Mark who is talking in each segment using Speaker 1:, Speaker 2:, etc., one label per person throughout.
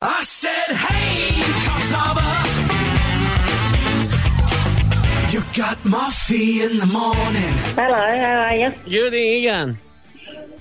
Speaker 1: I said, hey, Coxhaba. You got my fee in the morning.
Speaker 2: Hello, how are you?
Speaker 3: You're the Egan.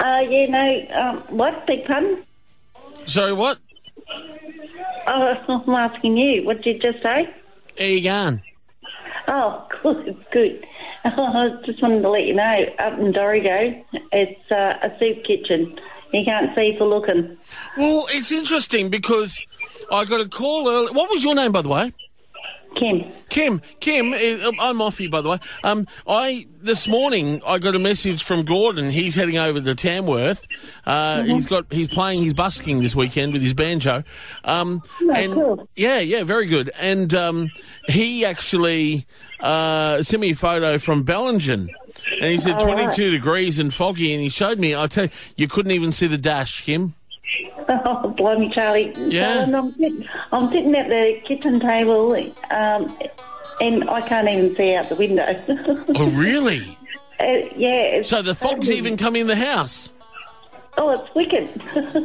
Speaker 2: Uh, yeah, no, um, what, big pun?
Speaker 3: Sorry, what?
Speaker 2: Oh, I'm asking you, what did you just say?
Speaker 3: Egan.
Speaker 2: Oh, good, good. I just wanted to let you know, up in Dorigo, it's uh, a soup kitchen. You can't see for looking.
Speaker 3: Well, it's interesting because I got a call earlier. What was your name, by the way?
Speaker 2: Kim,
Speaker 3: Kim, Kim, eh, um, I'm off you by the way. Um, I this morning I got a message from Gordon. He's heading over to Tamworth. Uh,
Speaker 2: Mm-hmm.
Speaker 3: He's got he's playing his busking this weekend with his banjo. Um, and
Speaker 2: cool.
Speaker 3: yeah, yeah, very good. And um, he actually uh, sent me a photo from Bellingen. And he said
Speaker 2: All right.
Speaker 3: 22 degrees and foggy, and he showed me. I tell you, you couldn't even see the dash, Kim.
Speaker 2: Oh, blimey, Charlie.
Speaker 3: Yeah.
Speaker 2: Darling, I'm, sitting, I'm sitting at the kitchen table um, and I can't even see out the window.
Speaker 3: Oh, really?
Speaker 2: Uh, yeah. It's
Speaker 3: So the fog's
Speaker 2: totally-
Speaker 3: even come in the house.
Speaker 2: Oh, it's wicked.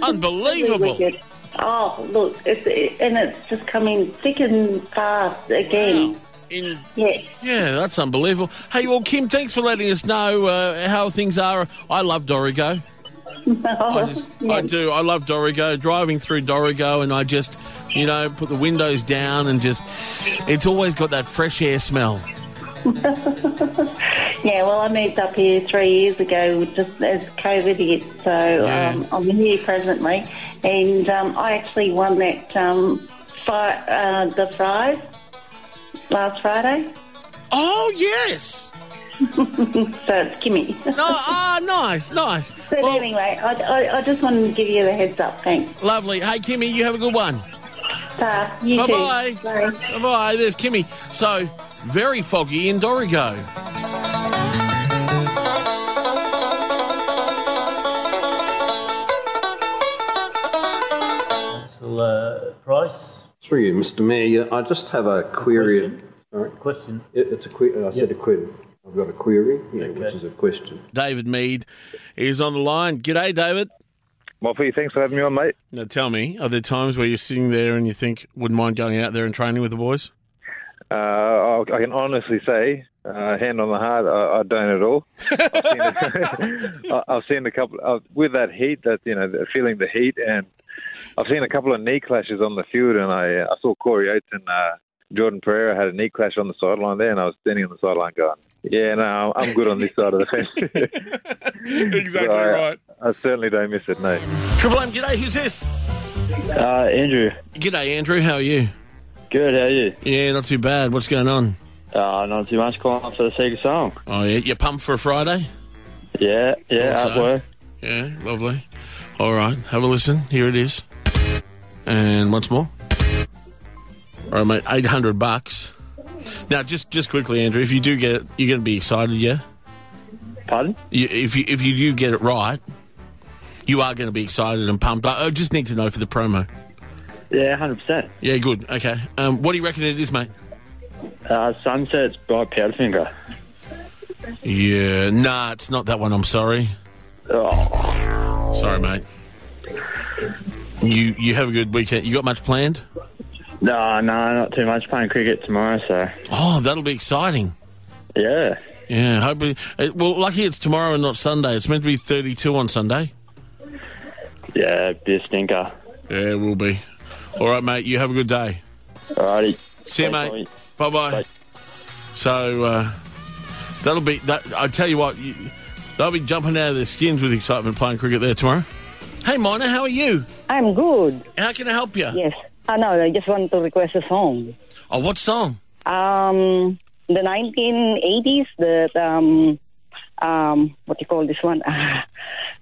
Speaker 3: Unbelievable.
Speaker 2: Really wicked. Oh, look, it's, it, and it's just coming thick and fast again.
Speaker 3: In
Speaker 2: Yeah.
Speaker 3: Yeah, that's unbelievable. Hey, well, Kim, thanks for letting us know uh, how things are. I love Dorigo.
Speaker 2: Oh,
Speaker 3: I, just, I do. I love Dorigo. Driving through Dorigo, and I just, you know, put the windows down and just, it's always got that fresh air smell.
Speaker 2: Yeah, well, I moved up here three years ago just as COVID hit, so
Speaker 3: Yeah.
Speaker 2: um, I'm here presently, and um, I actually won that um, fri- uh, the prize last Friday,
Speaker 3: Oh, yes.
Speaker 2: so it's Kimmy.
Speaker 3: No, ah, nice, nice.
Speaker 2: but
Speaker 3: Well,
Speaker 2: anyway, I, I, I just wanted to give you the heads up. Thanks.
Speaker 3: lovely. Hey, Kimmy, you have a good one.
Speaker 2: Ta, you too.
Speaker 3: Bye-bye.
Speaker 2: Bye.
Speaker 3: Bye. There's Kimmy. So, very foggy in Dorigo.
Speaker 4: Councillor uh, Price,
Speaker 5: Through you, Mr. Mayor, yeah, I just have a query.
Speaker 4: Question?
Speaker 5: Sorry.
Speaker 4: question.
Speaker 5: It- It's a que, I said a quid. I've got a query, yeah, which
Speaker 4: Okay.
Speaker 5: is a question.
Speaker 3: David Mead is on the line. G'day, David.
Speaker 6: Moffy, thanks for having me on, mate.
Speaker 3: Now tell me, are there times where you're sitting there and you think, wouldn't mind going out there and training with the boys?
Speaker 6: Uh, I I can honestly say, uh, hand on the heart, I, I don't at all. I've seen, I- I've seen a couple uh, with that heat, that you know, the- feeling the heat, and I've seen a couple of knee clashes on the field, and I, I saw Corey Oates and uh, Jordan Pereira had a knee clash on the sideline there, and I was standing on the sideline going, "Yeah, no, I'm good on this side of the fence."
Speaker 3: exactly
Speaker 6: So I- I certainly don't miss it, no.
Speaker 3: Triple M, g'day, who's this?
Speaker 7: Uh, Andrew,
Speaker 3: G'day, Andrew, how are you?
Speaker 7: good. How are you?
Speaker 3: Yeah, not too bad. What's going on?
Speaker 7: Uh, not too much. Calling up for the second song.
Speaker 3: Oh, yeah, you're pumped for a Friday?
Speaker 7: Yeah, yeah.
Speaker 3: Thought
Speaker 7: At
Speaker 3: so.
Speaker 7: work.
Speaker 3: Yeah, lovely. All right, have a listen. Here it is. And once more. All right, mate, 800 bucks. Now, just just quickly, Andrew, if you do get it, you're going to be excited, yeah?
Speaker 7: Pardon?
Speaker 3: you, if you if you do get it right, you are going to be excited and pumped. I, I just need to know for the promo.
Speaker 7: Yeah, hundred percent.
Speaker 3: Yeah, good. Okay. Um, what do you reckon it is, mate?
Speaker 7: Uh, Sunsets by Powderfinger.
Speaker 3: Yeah, nah, it's not that one. I'm sorry.
Speaker 7: Oh,
Speaker 3: Sorry, mate. You you have a good weekend. You got much planned?
Speaker 7: no, no, not too much. Playing cricket tomorrow, so
Speaker 3: Oh, that'll be exciting.
Speaker 7: yeah.
Speaker 3: Yeah, hopefully. It, well, lucky it's tomorrow and not Sunday. It's meant to be 32 on Sunday.
Speaker 7: Yeah, be a stinker.
Speaker 3: Yeah, it will be. All right, mate. You have a good day.
Speaker 7: Alrighty.
Speaker 3: See you,
Speaker 7: Thanks,
Speaker 3: mate. Bye bye.
Speaker 7: Bye.
Speaker 3: So uh, that'll be. That, I tell you what, you, they'll be jumping out of their skins with excitement playing cricket there tomorrow. Hey, Miner, how are you?
Speaker 8: I'm good.
Speaker 3: How can I help you?
Speaker 8: Yes. I know. I just want to request a song.
Speaker 3: Oh, what song?
Speaker 8: Um, the 1980s. That um, um, what you call this one?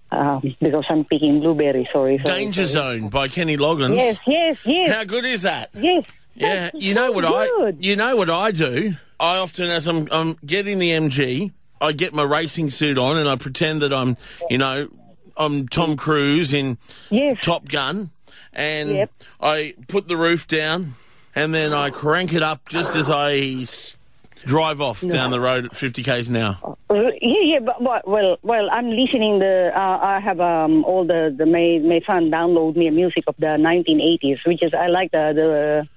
Speaker 8: Ah, um, because I'm picking blueberry. Sorry. sorry,
Speaker 3: Danger
Speaker 8: sorry.
Speaker 3: Zone by Kenny Loggins.
Speaker 8: Yes. Yes. Yes.
Speaker 3: How good is that?
Speaker 8: yes.
Speaker 3: Yeah,
Speaker 8: That's
Speaker 3: you know what I
Speaker 8: good.
Speaker 3: you know what I do. I often, as I'm, I'm getting the MG, I get my racing suit on and I pretend that I'm, you know, I'm Tom Cruise in
Speaker 8: Yes.
Speaker 3: Top Gun, and
Speaker 8: Yep.
Speaker 3: I put the roof down, and then I crank it up just as I s- drive off down the road at 50 k's an hour.
Speaker 8: Uh, Yeah, yeah, but, but well, well, I'm listening the. Uh, I have um, all the the my my son download me music of the 1980s, which is I like the the.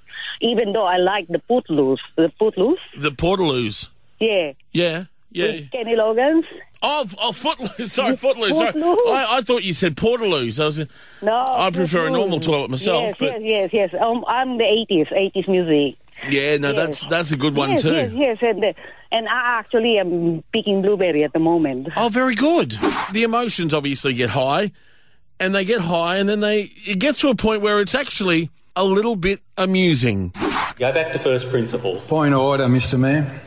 Speaker 8: Even though I like the Footloose, the Footloose,
Speaker 3: The Portaloos.
Speaker 8: yeah,
Speaker 3: Yeah. Yeah.
Speaker 8: with Kenny Loggins.
Speaker 3: Oh, f- oh, Footloose. Sorry, Footloose. Sorry.
Speaker 8: Footloose.
Speaker 3: I, I thought you said Portaloos. I was.
Speaker 8: No,
Speaker 3: I prefer a
Speaker 8: Footloose.
Speaker 3: normal toilet myself,
Speaker 8: Yes,
Speaker 3: but-
Speaker 8: yes, yes, yes. Um, I'm the 80s, 80s music.
Speaker 3: Yeah. No, that's that's a good one
Speaker 8: yes,
Speaker 3: too.
Speaker 8: yes, yes, and uh, and I actually am picking blueberry at the moment.
Speaker 3: Oh, very good. The emotions obviously get high, and they get high, and then they it gets to a point where it's actually a little bit amusing.
Speaker 9: Go back to first principles.
Speaker 10: Point of order, Mr. Mayor.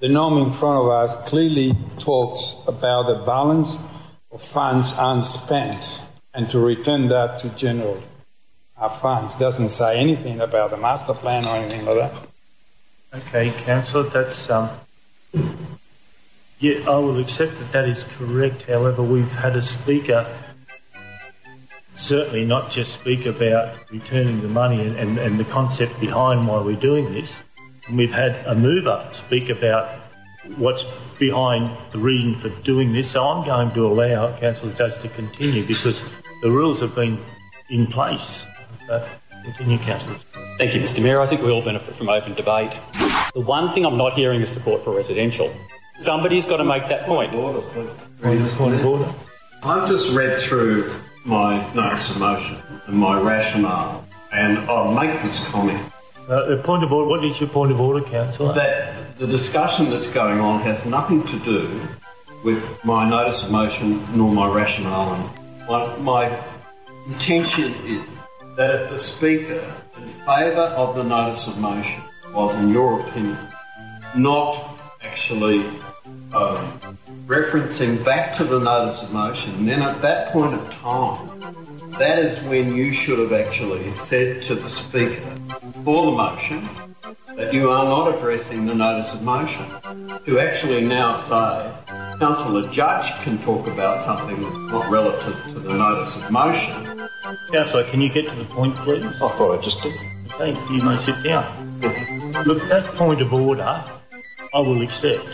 Speaker 10: The norm in front of us clearly talks about the balance of funds unspent and to return that to general uh, funds. Doesn't say anything about the master plan or anything like that.
Speaker 4: Okay, councillor, that's um. Yeah, I will accept that that is correct. However, we've had a speaker certainly not just speak about returning the money and, and, and the concept behind why we're doing this. And we've had a mover speak about what's behind the reason for doing this. So I'm going to allow councillor judge to continue because the rules have been in place. Uh, continue, councillors.
Speaker 9: Thank you, Mr. Mayor. I think we all benefit from open debate. The one thing I'm not hearing is support for residential. Somebody's got to make that point.
Speaker 11: I've just read through my notice of motion and my rationale, and I'll make this comment
Speaker 4: Uh, the point of order. What is your point of order, councillor?
Speaker 11: that the discussion that's going on has nothing to do with my notice of motion nor my rationale. And my, my intention is that if the speaker in favour of the notice of motion was, in your opinion, not actually um, referencing back to the notice of motion, then at that point of time, that is when you should have actually said to the speaker for the motion that you are not addressing the notice of motion. To actually now say, councillor judge can talk about something that's not relative to the notice of motion.
Speaker 4: Councillor, can you get to the point, please? I
Speaker 11: thought I just did.
Speaker 4: Okay, Oh, you may sit down. Look, that point of order, I will accept.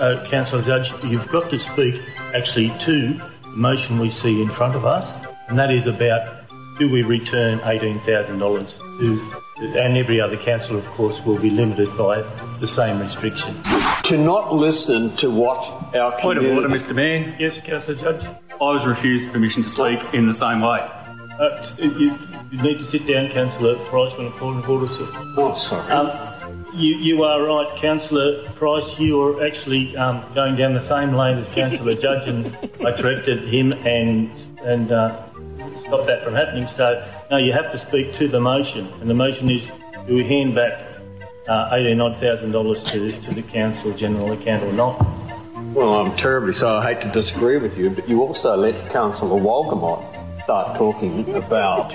Speaker 4: Uh, Councillor Judge, you've got to speak actually to the motion we see in front of us, and that is about do we return $18,000 to, and every other councillor, of course, will be limited by the same restriction.
Speaker 11: To not listen to what our
Speaker 9: Point of order, Mr. Mayor.
Speaker 4: Yes, Councillor Judge.
Speaker 9: I was refused permission to speak in the same way.
Speaker 4: Uh, s- you, you need to sit down, Councillor Price, when a point of order, sir.
Speaker 11: Oh, sorry.
Speaker 4: Um, you, you are right, Councillor Price. You are actually um, going down the same lane as Councillor Judge, and I corrected him and and uh, stopped that from happening. So no, you have to speak to the motion, and the motion is do we hand back uh, eighteen odd thousand dollars to to the council general account or not?
Speaker 11: Well, I'm terribly sorry. I hate to disagree with you, but you also let Councillor Walgamot start talking about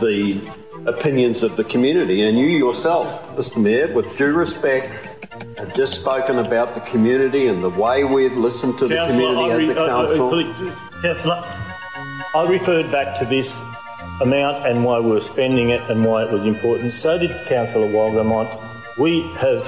Speaker 11: the opinions of the community, and you yourself, Mr. Mayor, with due respect, have just spoken about the community and the way we've listened to the community
Speaker 4: I
Speaker 11: as
Speaker 4: re-
Speaker 11: a council.
Speaker 4: uh, uh, please, Councillor, I referred back to this amount and why we were spending it and why it was important. So did Councillor Walgamont. We have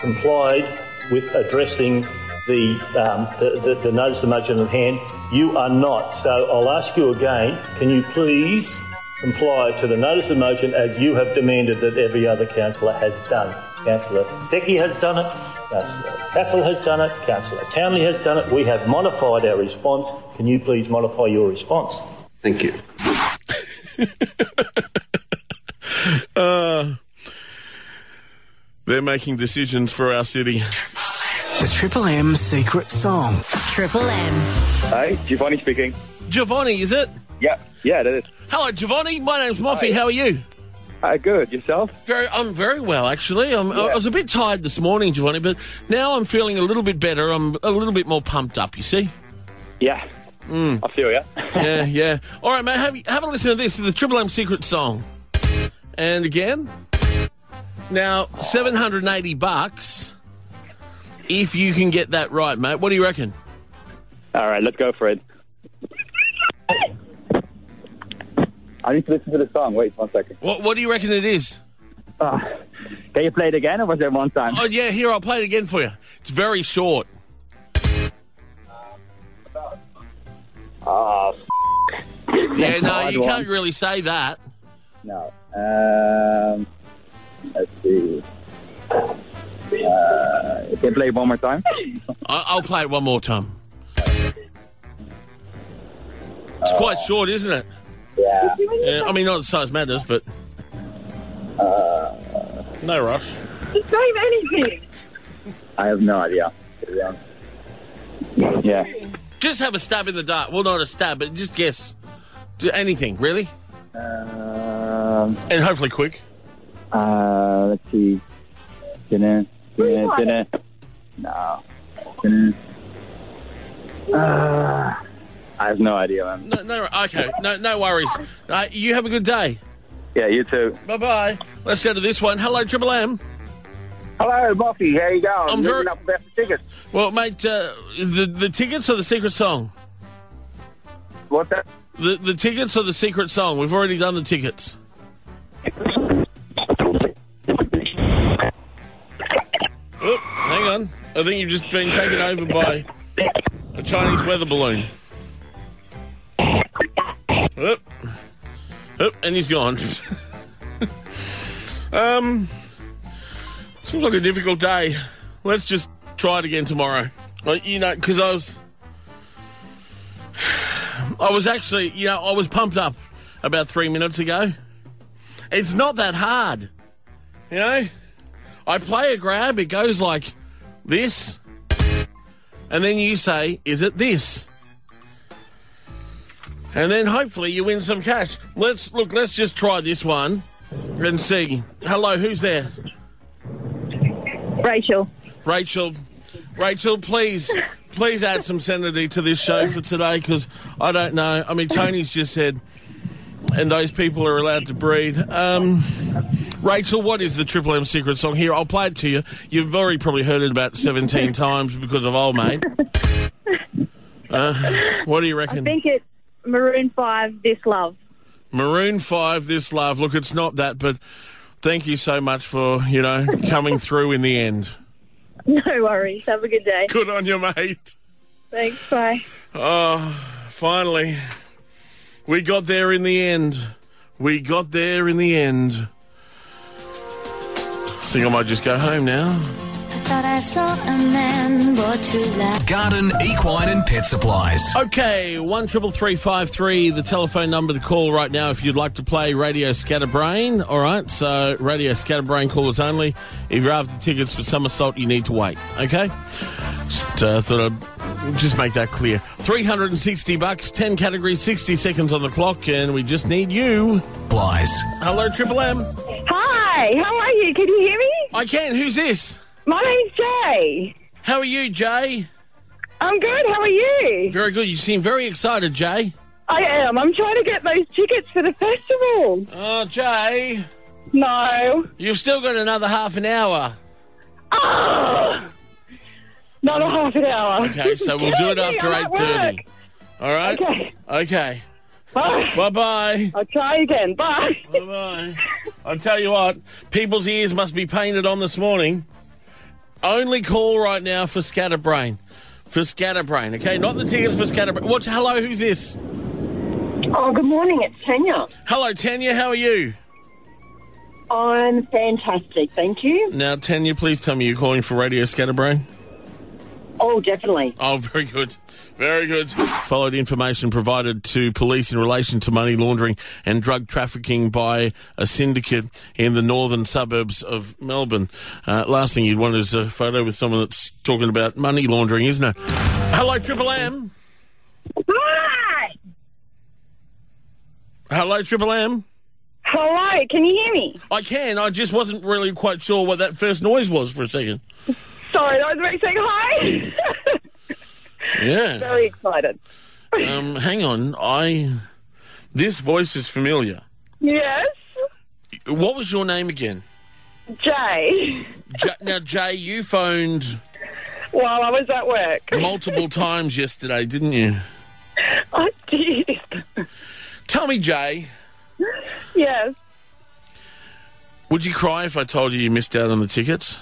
Speaker 4: complied with addressing the, um, the, the, the notice of motion at hand. You are not. So I'll ask you again, can you please comply to the notice of motion as you have demanded that every other councillor has done? Councillor Secchi has done it. Councillor Castle has done it. Councillor Townley has done it. We have modified our response. Can you please modify your response?
Speaker 11: Thank you.
Speaker 3: Uh, they're making decisions for our city.
Speaker 1: The Triple M secret song.
Speaker 12: Triple M.
Speaker 13: Hey, Giovanni speaking.
Speaker 3: Giovanni, is it?
Speaker 13: Yeah, yeah, it is.
Speaker 3: Hello, Giovanni. My name's Muffy. How are you?
Speaker 13: Uh, good. Yourself?
Speaker 3: Very. I'm very well, actually. I'm, I I was a bit tired this morning, Giovanni, but now I'm feeling a little bit better. I'm a little bit more pumped up. You see?
Speaker 13: Yeah.
Speaker 3: Mm.
Speaker 13: I feel you.
Speaker 3: yeah, yeah. All right, mate. Have, have a listen to this. The Triple M secret song. And again, now seven hundred and eighty bucks. If you can get that right, mate. What do you reckon?
Speaker 13: All right, let's go for it. I need to listen to the song. Wait one second.
Speaker 3: What What do you reckon it is?
Speaker 13: Uh,
Speaker 14: Ah, Can you play it again, or was it one time?
Speaker 3: Oh, yeah, here, I'll play it again for you. It's very short.
Speaker 14: Oh,
Speaker 3: Yeah, no,
Speaker 14: Hard
Speaker 3: you
Speaker 14: one.
Speaker 3: can't really say that.
Speaker 14: No. Um, let's see. Uh, can you play it one more time?
Speaker 3: I- I'll play it one more time. It's quite short, isn't it?
Speaker 14: Yeah.
Speaker 3: I mean, not that size matters, but. no rush.
Speaker 15: Just name anything.
Speaker 14: I have no idea. to be honest. Yeah.
Speaker 3: Just have a stab in the dark. Well, not a stab, but just guess. Do anything, really?
Speaker 14: Um,
Speaker 3: and hopefully quick.
Speaker 14: Uh, let's see. Dinner. Dinner. Dinner. No. Dinner. Uh, I have no idea, man.
Speaker 3: No, no, okay, no, no worries. Uh, you have a good day.
Speaker 14: Yeah, you too.
Speaker 3: Bye bye. Let's go to this one. Hello, Triple M.
Speaker 6: Hello, Buffy. How you going?
Speaker 3: I'm very-
Speaker 6: Looking up about the tickets.
Speaker 3: Well, mate, uh, the the tickets or the secret song?
Speaker 6: What's that?
Speaker 3: The the tickets or the secret song? We've already done the tickets. Oop, hang on. I think you've just been taken over by a Chinese weather balloon. Oop. Oop, and he's gone. um, seems like a difficult day. Let's just try it again tomorrow. Like, you know, because I was, I was actually, you know, I was pumped up about three minutes ago. It's not that hard, you know. I play a grab, it goes like this, and then you say, "Is it this?" And then hopefully you win some cash. Let's look. Let's just try this one and see. Hello, who's there?
Speaker 15: Rachel.
Speaker 3: Rachel, Rachel, please, please add some sanity to this show for today because I don't know. I mean, Tony's just said, and those people are allowed to breathe. Um, Rachel, what is the Triple M secret song? Here, I'll play it to you. You've already probably heard it about 17 times because of old mate. Uh, what do you
Speaker 15: I
Speaker 3: reckon?
Speaker 15: think it's Maroon 5, This Love.
Speaker 3: Maroon Five, this love. Look, it's not that, but thank you so much for you know coming through in the end.
Speaker 15: No worries. Have a good day.
Speaker 3: Good on you, mate.
Speaker 15: Thanks. Bye.
Speaker 3: Oh, finally. We got there in the end. We got there in the end. I think I might just go home now.
Speaker 2: Thought I saw a man brought to life.
Speaker 3: Garden, equine, and pet supplies. Okay, one triple three five three. The telephone number to call right now if you'd like to play Radio Scatterbrain. All right, so Radio Scatterbrain callers only. If you're after tickets for Somersault, you need to wait. Okay, just uh, thought I'd just make that clear. Three hundred and sixty bucks, ten categories, sixty seconds on the clock, and we just need you. Blies. Hello, Triple M.
Speaker 16: Hi, how are you? Can you hear me?
Speaker 3: I can. Who's this?
Speaker 16: My name's Jay.
Speaker 3: How are you, Jay?
Speaker 16: I'm good. How are you?
Speaker 3: Very good. You seem very excited, Jay.
Speaker 16: I am. I'm trying to get those tickets for the festival.
Speaker 3: Oh, Jay.
Speaker 16: No.
Speaker 3: You've still got another half an hour.
Speaker 16: Not a Ah! half an hour.
Speaker 3: Okay, so we'll do it
Speaker 16: Kill me,
Speaker 3: after
Speaker 16: I'm
Speaker 3: eight
Speaker 16: at work.
Speaker 3: thirty. All right.
Speaker 16: Okay.
Speaker 3: Okay.
Speaker 16: Bye.
Speaker 3: Bye bye.
Speaker 16: I'll try again. Bye.
Speaker 3: Bye bye. I tell you what, people's ears must be painted on this morning. Only call right now for Scatterbrain. For Scatterbrain, okay? Not the tickets for Scatterbrain. What's hello, who's this?
Speaker 17: Oh, good morning. It's Tanya.
Speaker 3: Hello, Tanya, how are you?
Speaker 17: I'm fantastic. Thank you.
Speaker 3: Now, Tanya, please tell me you're calling for Radio Scatterbrain.
Speaker 17: Oh, definitely.
Speaker 3: Oh, very good. Very good. Followed information provided to police in relation to money laundering and drug trafficking by a syndicate in the northern suburbs of Melbourne. Uh, last thing you'd want is a photo with someone that's talking about money laundering, isn't it? Hello, Triple M.
Speaker 16: Hi.
Speaker 3: Hello, Triple M.
Speaker 16: Hello. Can you hear me?
Speaker 3: I can. I just wasn't really quite sure what that first noise was for a second.
Speaker 16: Sorry, that was me saying hi.
Speaker 3: Yeah.
Speaker 16: Very excited.
Speaker 3: Um, hang on. I. This voice is familiar.
Speaker 16: Yes.
Speaker 3: What was your name again?
Speaker 16: Jay.
Speaker 3: J- now, Jay, you phoned
Speaker 16: While I was at work.
Speaker 3: multiple times yesterday, didn't you?
Speaker 16: I did.
Speaker 3: Tell me, Jay,
Speaker 16: Yes.
Speaker 3: Would you cry if I told you you missed out on the tickets?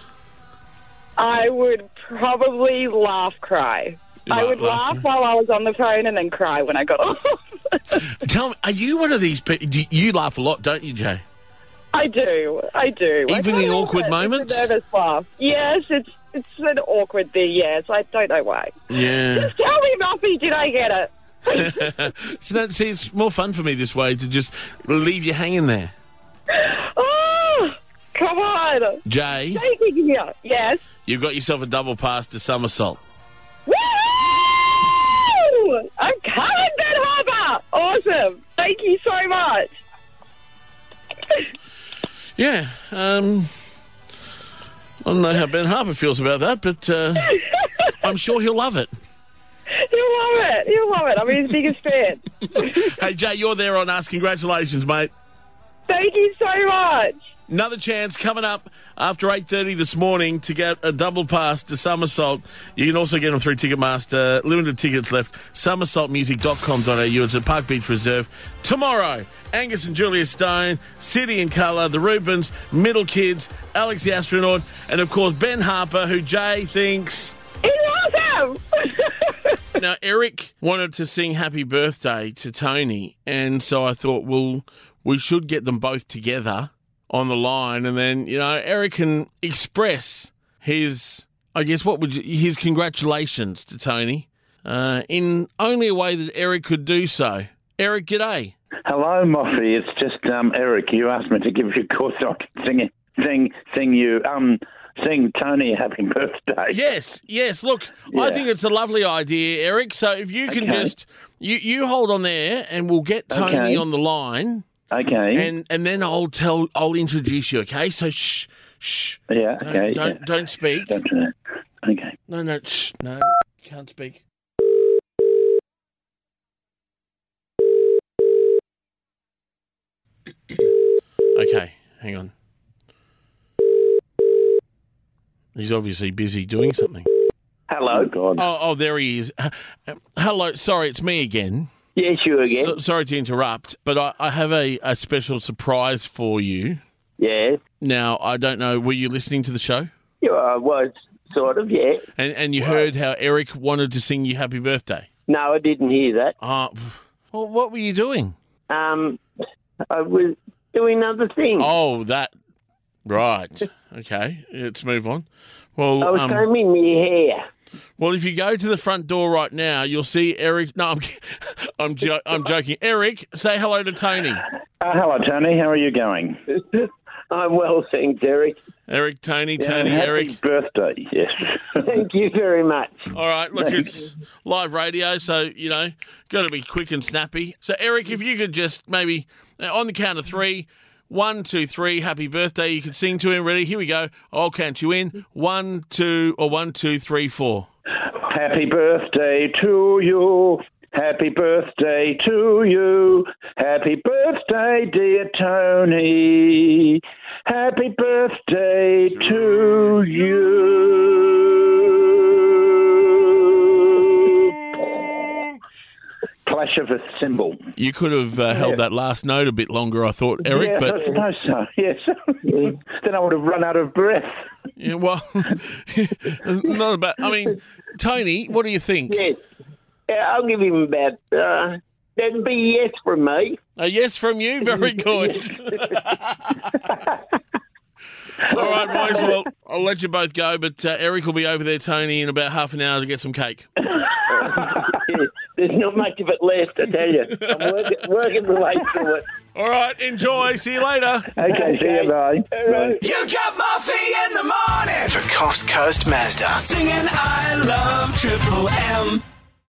Speaker 16: I would probably laugh cry.
Speaker 3: You
Speaker 16: I
Speaker 3: might
Speaker 16: would
Speaker 3: laugh,
Speaker 16: laugh, while I was on the phone and then cry when I got off.
Speaker 3: Tell me, are you one of these people? You laugh a lot, don't you, Jay?
Speaker 16: I do. I do. I
Speaker 3: Even in
Speaker 16: can't help
Speaker 3: awkward
Speaker 16: it.
Speaker 3: moments?
Speaker 16: It's a nervous laugh. Yes, it's it's an awkward thing. Yes, I don't know why.
Speaker 3: Yeah.
Speaker 16: Just tell me, Muffy, did I get it?
Speaker 3: so that, see, it's more fun for me this way to just leave you hanging there.
Speaker 16: Oh, come on.
Speaker 3: Jay,
Speaker 16: Take me here. Yes.
Speaker 3: you've got yourself a double pass to somersault.
Speaker 16: Woo! I'm coming, Ben Harbour. Awesome. Thank you so much.
Speaker 3: Yeah. Um, I don't know how Ben Harper feels about that, but uh, I'm sure he'll love it.
Speaker 16: He'll love it. He'll love it. I'm his biggest fan.
Speaker 3: Hey, Jay, you're there on us. Congratulations, mate.
Speaker 16: Thank you so much.
Speaker 3: Another chance coming up after 8.30 this morning to get a double pass to Somersault. You can also get them through Ticketmaster. Limited tickets left. Somersaultmusic.com.au. It's at Park Beach Reserve. Tomorrow, Angus and Julia Stone, City in Colour, The Rubens, Middle Kids, Alex the Astronaut, and of course Ben Harper, who Jay thinks...
Speaker 16: He's awesome!
Speaker 3: now, Eric wanted to sing happy birthday to Tony, and so I thought, well, we should get them both together on the line, and then, you know, Eric can express his, I guess, what would you, his congratulations to Tony uh, in only a way that Eric could do so. Eric, g'day.
Speaker 14: Hello, Moffy. It's just um, Eric. You asked me to give you a call so I could sing it. Sing, sing you. Um, sing Tony happy birthday.
Speaker 3: Yes, yes. Look, I
Speaker 14: Yeah.
Speaker 3: think it's a lovely idea, Eric. So if you can
Speaker 14: Okay.
Speaker 3: just you you hold on there, and we'll get Tony
Speaker 14: Okay.
Speaker 3: on the line.
Speaker 14: Okay.
Speaker 3: And and then I'll tell I'll introduce you. Okay. So shh, shh.
Speaker 14: Yeah.
Speaker 3: Don't
Speaker 14: okay.
Speaker 3: don't, don't speak.
Speaker 14: Okay.
Speaker 3: No, no, shh, no. Can't speak. Okay, hang on. He's obviously busy doing something.
Speaker 14: Hello. God.
Speaker 3: Oh, oh, there he is. Uh, Hello, sorry, it's me again.
Speaker 14: Yes, you again.
Speaker 3: So- sorry to interrupt, but I, I have a, a special surprise for you.
Speaker 14: Yes.
Speaker 3: Now, I don't know, were you listening to the show?
Speaker 14: You I was sort of. Yeah.
Speaker 3: And, and you heard how Eric wanted to sing you happy birthday?
Speaker 14: No, I didn't hear that.
Speaker 3: Uh, well, what were you doing?
Speaker 14: Um, I was doing other things.
Speaker 3: Oh, that. Right. Okay, let's move on. Well,
Speaker 14: I was
Speaker 3: um,
Speaker 14: combing my hair.
Speaker 3: well, if you go to the front door right now, you'll see Eric. No, I'm, I'm, jo- I'm joking. Eric, say hello to Tony.
Speaker 14: Uh, hello, Tony. How are you going? I'm well, thanks, Eric.
Speaker 3: Eric, Tony, Tony,
Speaker 14: happy
Speaker 3: Eric.
Speaker 14: birthday. Yes. Thank you very much.
Speaker 3: All right, look,
Speaker 14: Thanks.
Speaker 3: it's live radio, so you know, got to be quick and snappy. So, Eric, if you could just maybe uh, on the count of three, one, two, three, happy birthday. You could sing to him. Ready? Here we go. I'll count you in. One, two, or one, two, three, four.
Speaker 14: Happy birthday to you. Happy birthday to you. Happy birthday, dear Tony. Happy birthday to you. Clash of a cymbal.
Speaker 3: You could have uh, held that last note a bit longer, I thought, Eric.
Speaker 14: yeah,
Speaker 3: but
Speaker 14: I suppose so. Yes. then I would have run out of breath.
Speaker 3: Yeah, well, not about. I mean, Tony, what do you think?
Speaker 14: Yes. Yeah, I'll give him about. Uh, that'd be yes from me.
Speaker 3: A yes from you. Very good. All right, might as well. I'll let you both go, but uh, Eric will be over there, Tony, in about half an hour to get some cake.
Speaker 14: There's not much of it left, I tell you. I'm working, working the way through it.
Speaker 3: All right, enjoy. See you later.
Speaker 14: Okay, see you, bye.
Speaker 1: You got Muffy in the morning for Coast Coast Mazda. Singing I love Triple M.